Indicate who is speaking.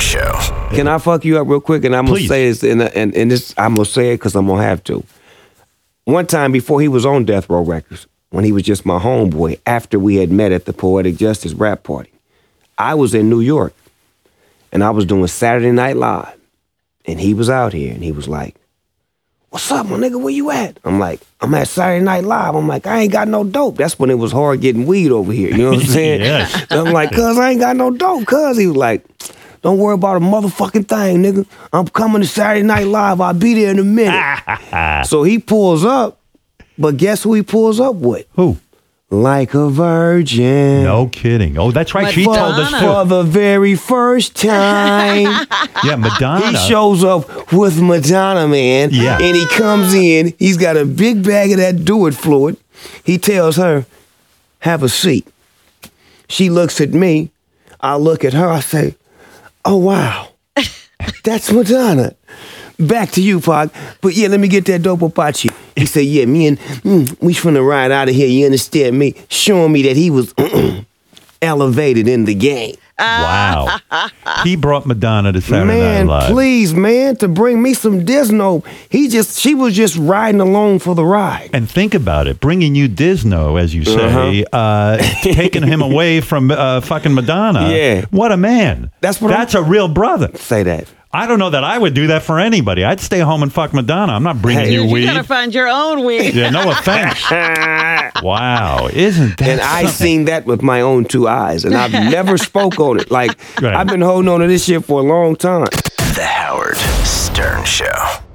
Speaker 1: show.
Speaker 2: Can I fuck you up real quick? And I'm gonna
Speaker 3: Please.
Speaker 2: say this, and and, and this I'm gonna say it because I'm gonna have to. One time before he was on Death Row Records, when he was just my homeboy, after we had met at the Poetic Justice rap party, I was in New York, and I was doing Saturday Night Live, and he was out here, and he was like, "What's up, my nigga? Where you at?" I'm like, "I'm at Saturday Night Live." I'm like, "I ain't got no dope." That's when it was hard getting weed over here. You know what I'm saying?
Speaker 3: Yes.
Speaker 2: And I'm like, cuz I ain't got no dope, cuz. He was like, don't worry about a motherfucking thing, nigga. I'm coming to Saturday Night Live. I'll be there in a minute. so he pulls up, but guess who he pulls up with?
Speaker 3: Who?
Speaker 2: Like a virgin.
Speaker 3: No kidding. Oh, that's right. She told us
Speaker 2: For
Speaker 3: too.
Speaker 2: the very first time,
Speaker 3: Yeah, Madonna.
Speaker 2: he shows up with Madonna, man.
Speaker 3: Yeah.
Speaker 2: And he comes in, he's got a big bag of that do it fluid. He tells her, Have a seat. She looks at me. I look at her. I say, Oh, wow. That's Madonna. Back to you, Pac. But yeah, let me get that dope about you. He said, Yeah, me and mm, we finna ride out of here. You understand me? Showing me that he was elevated in the game.
Speaker 3: wow. he brought Madonna to Saturday
Speaker 2: Man,
Speaker 3: Night Live.
Speaker 2: please, man, to bring me some Disno. He just, she was just riding along for the ride.
Speaker 3: And think about it, bringing you Disno, as you say,
Speaker 2: Uh-huh.
Speaker 3: uh taking him away from uh, fucking Madonna.
Speaker 2: Yeah.
Speaker 3: What a man.
Speaker 2: That's what I'm-
Speaker 3: That's a real brother.
Speaker 2: Say that.
Speaker 3: I don't know that I would do that for anybody. I'd stay home and fuck Madonna. I'm not bringing
Speaker 2: Hey.
Speaker 3: you
Speaker 2: Dude,
Speaker 3: weed.
Speaker 4: You gotta find your own weed.
Speaker 3: yeah, no offense. wow, isn't that?
Speaker 2: and I
Speaker 3: something?
Speaker 2: seen that with my own two eyes, and I've never spoke on it. Like
Speaker 3: Right.
Speaker 2: I've been holding on to this shit for a long time.
Speaker 1: The Howard Stern Show.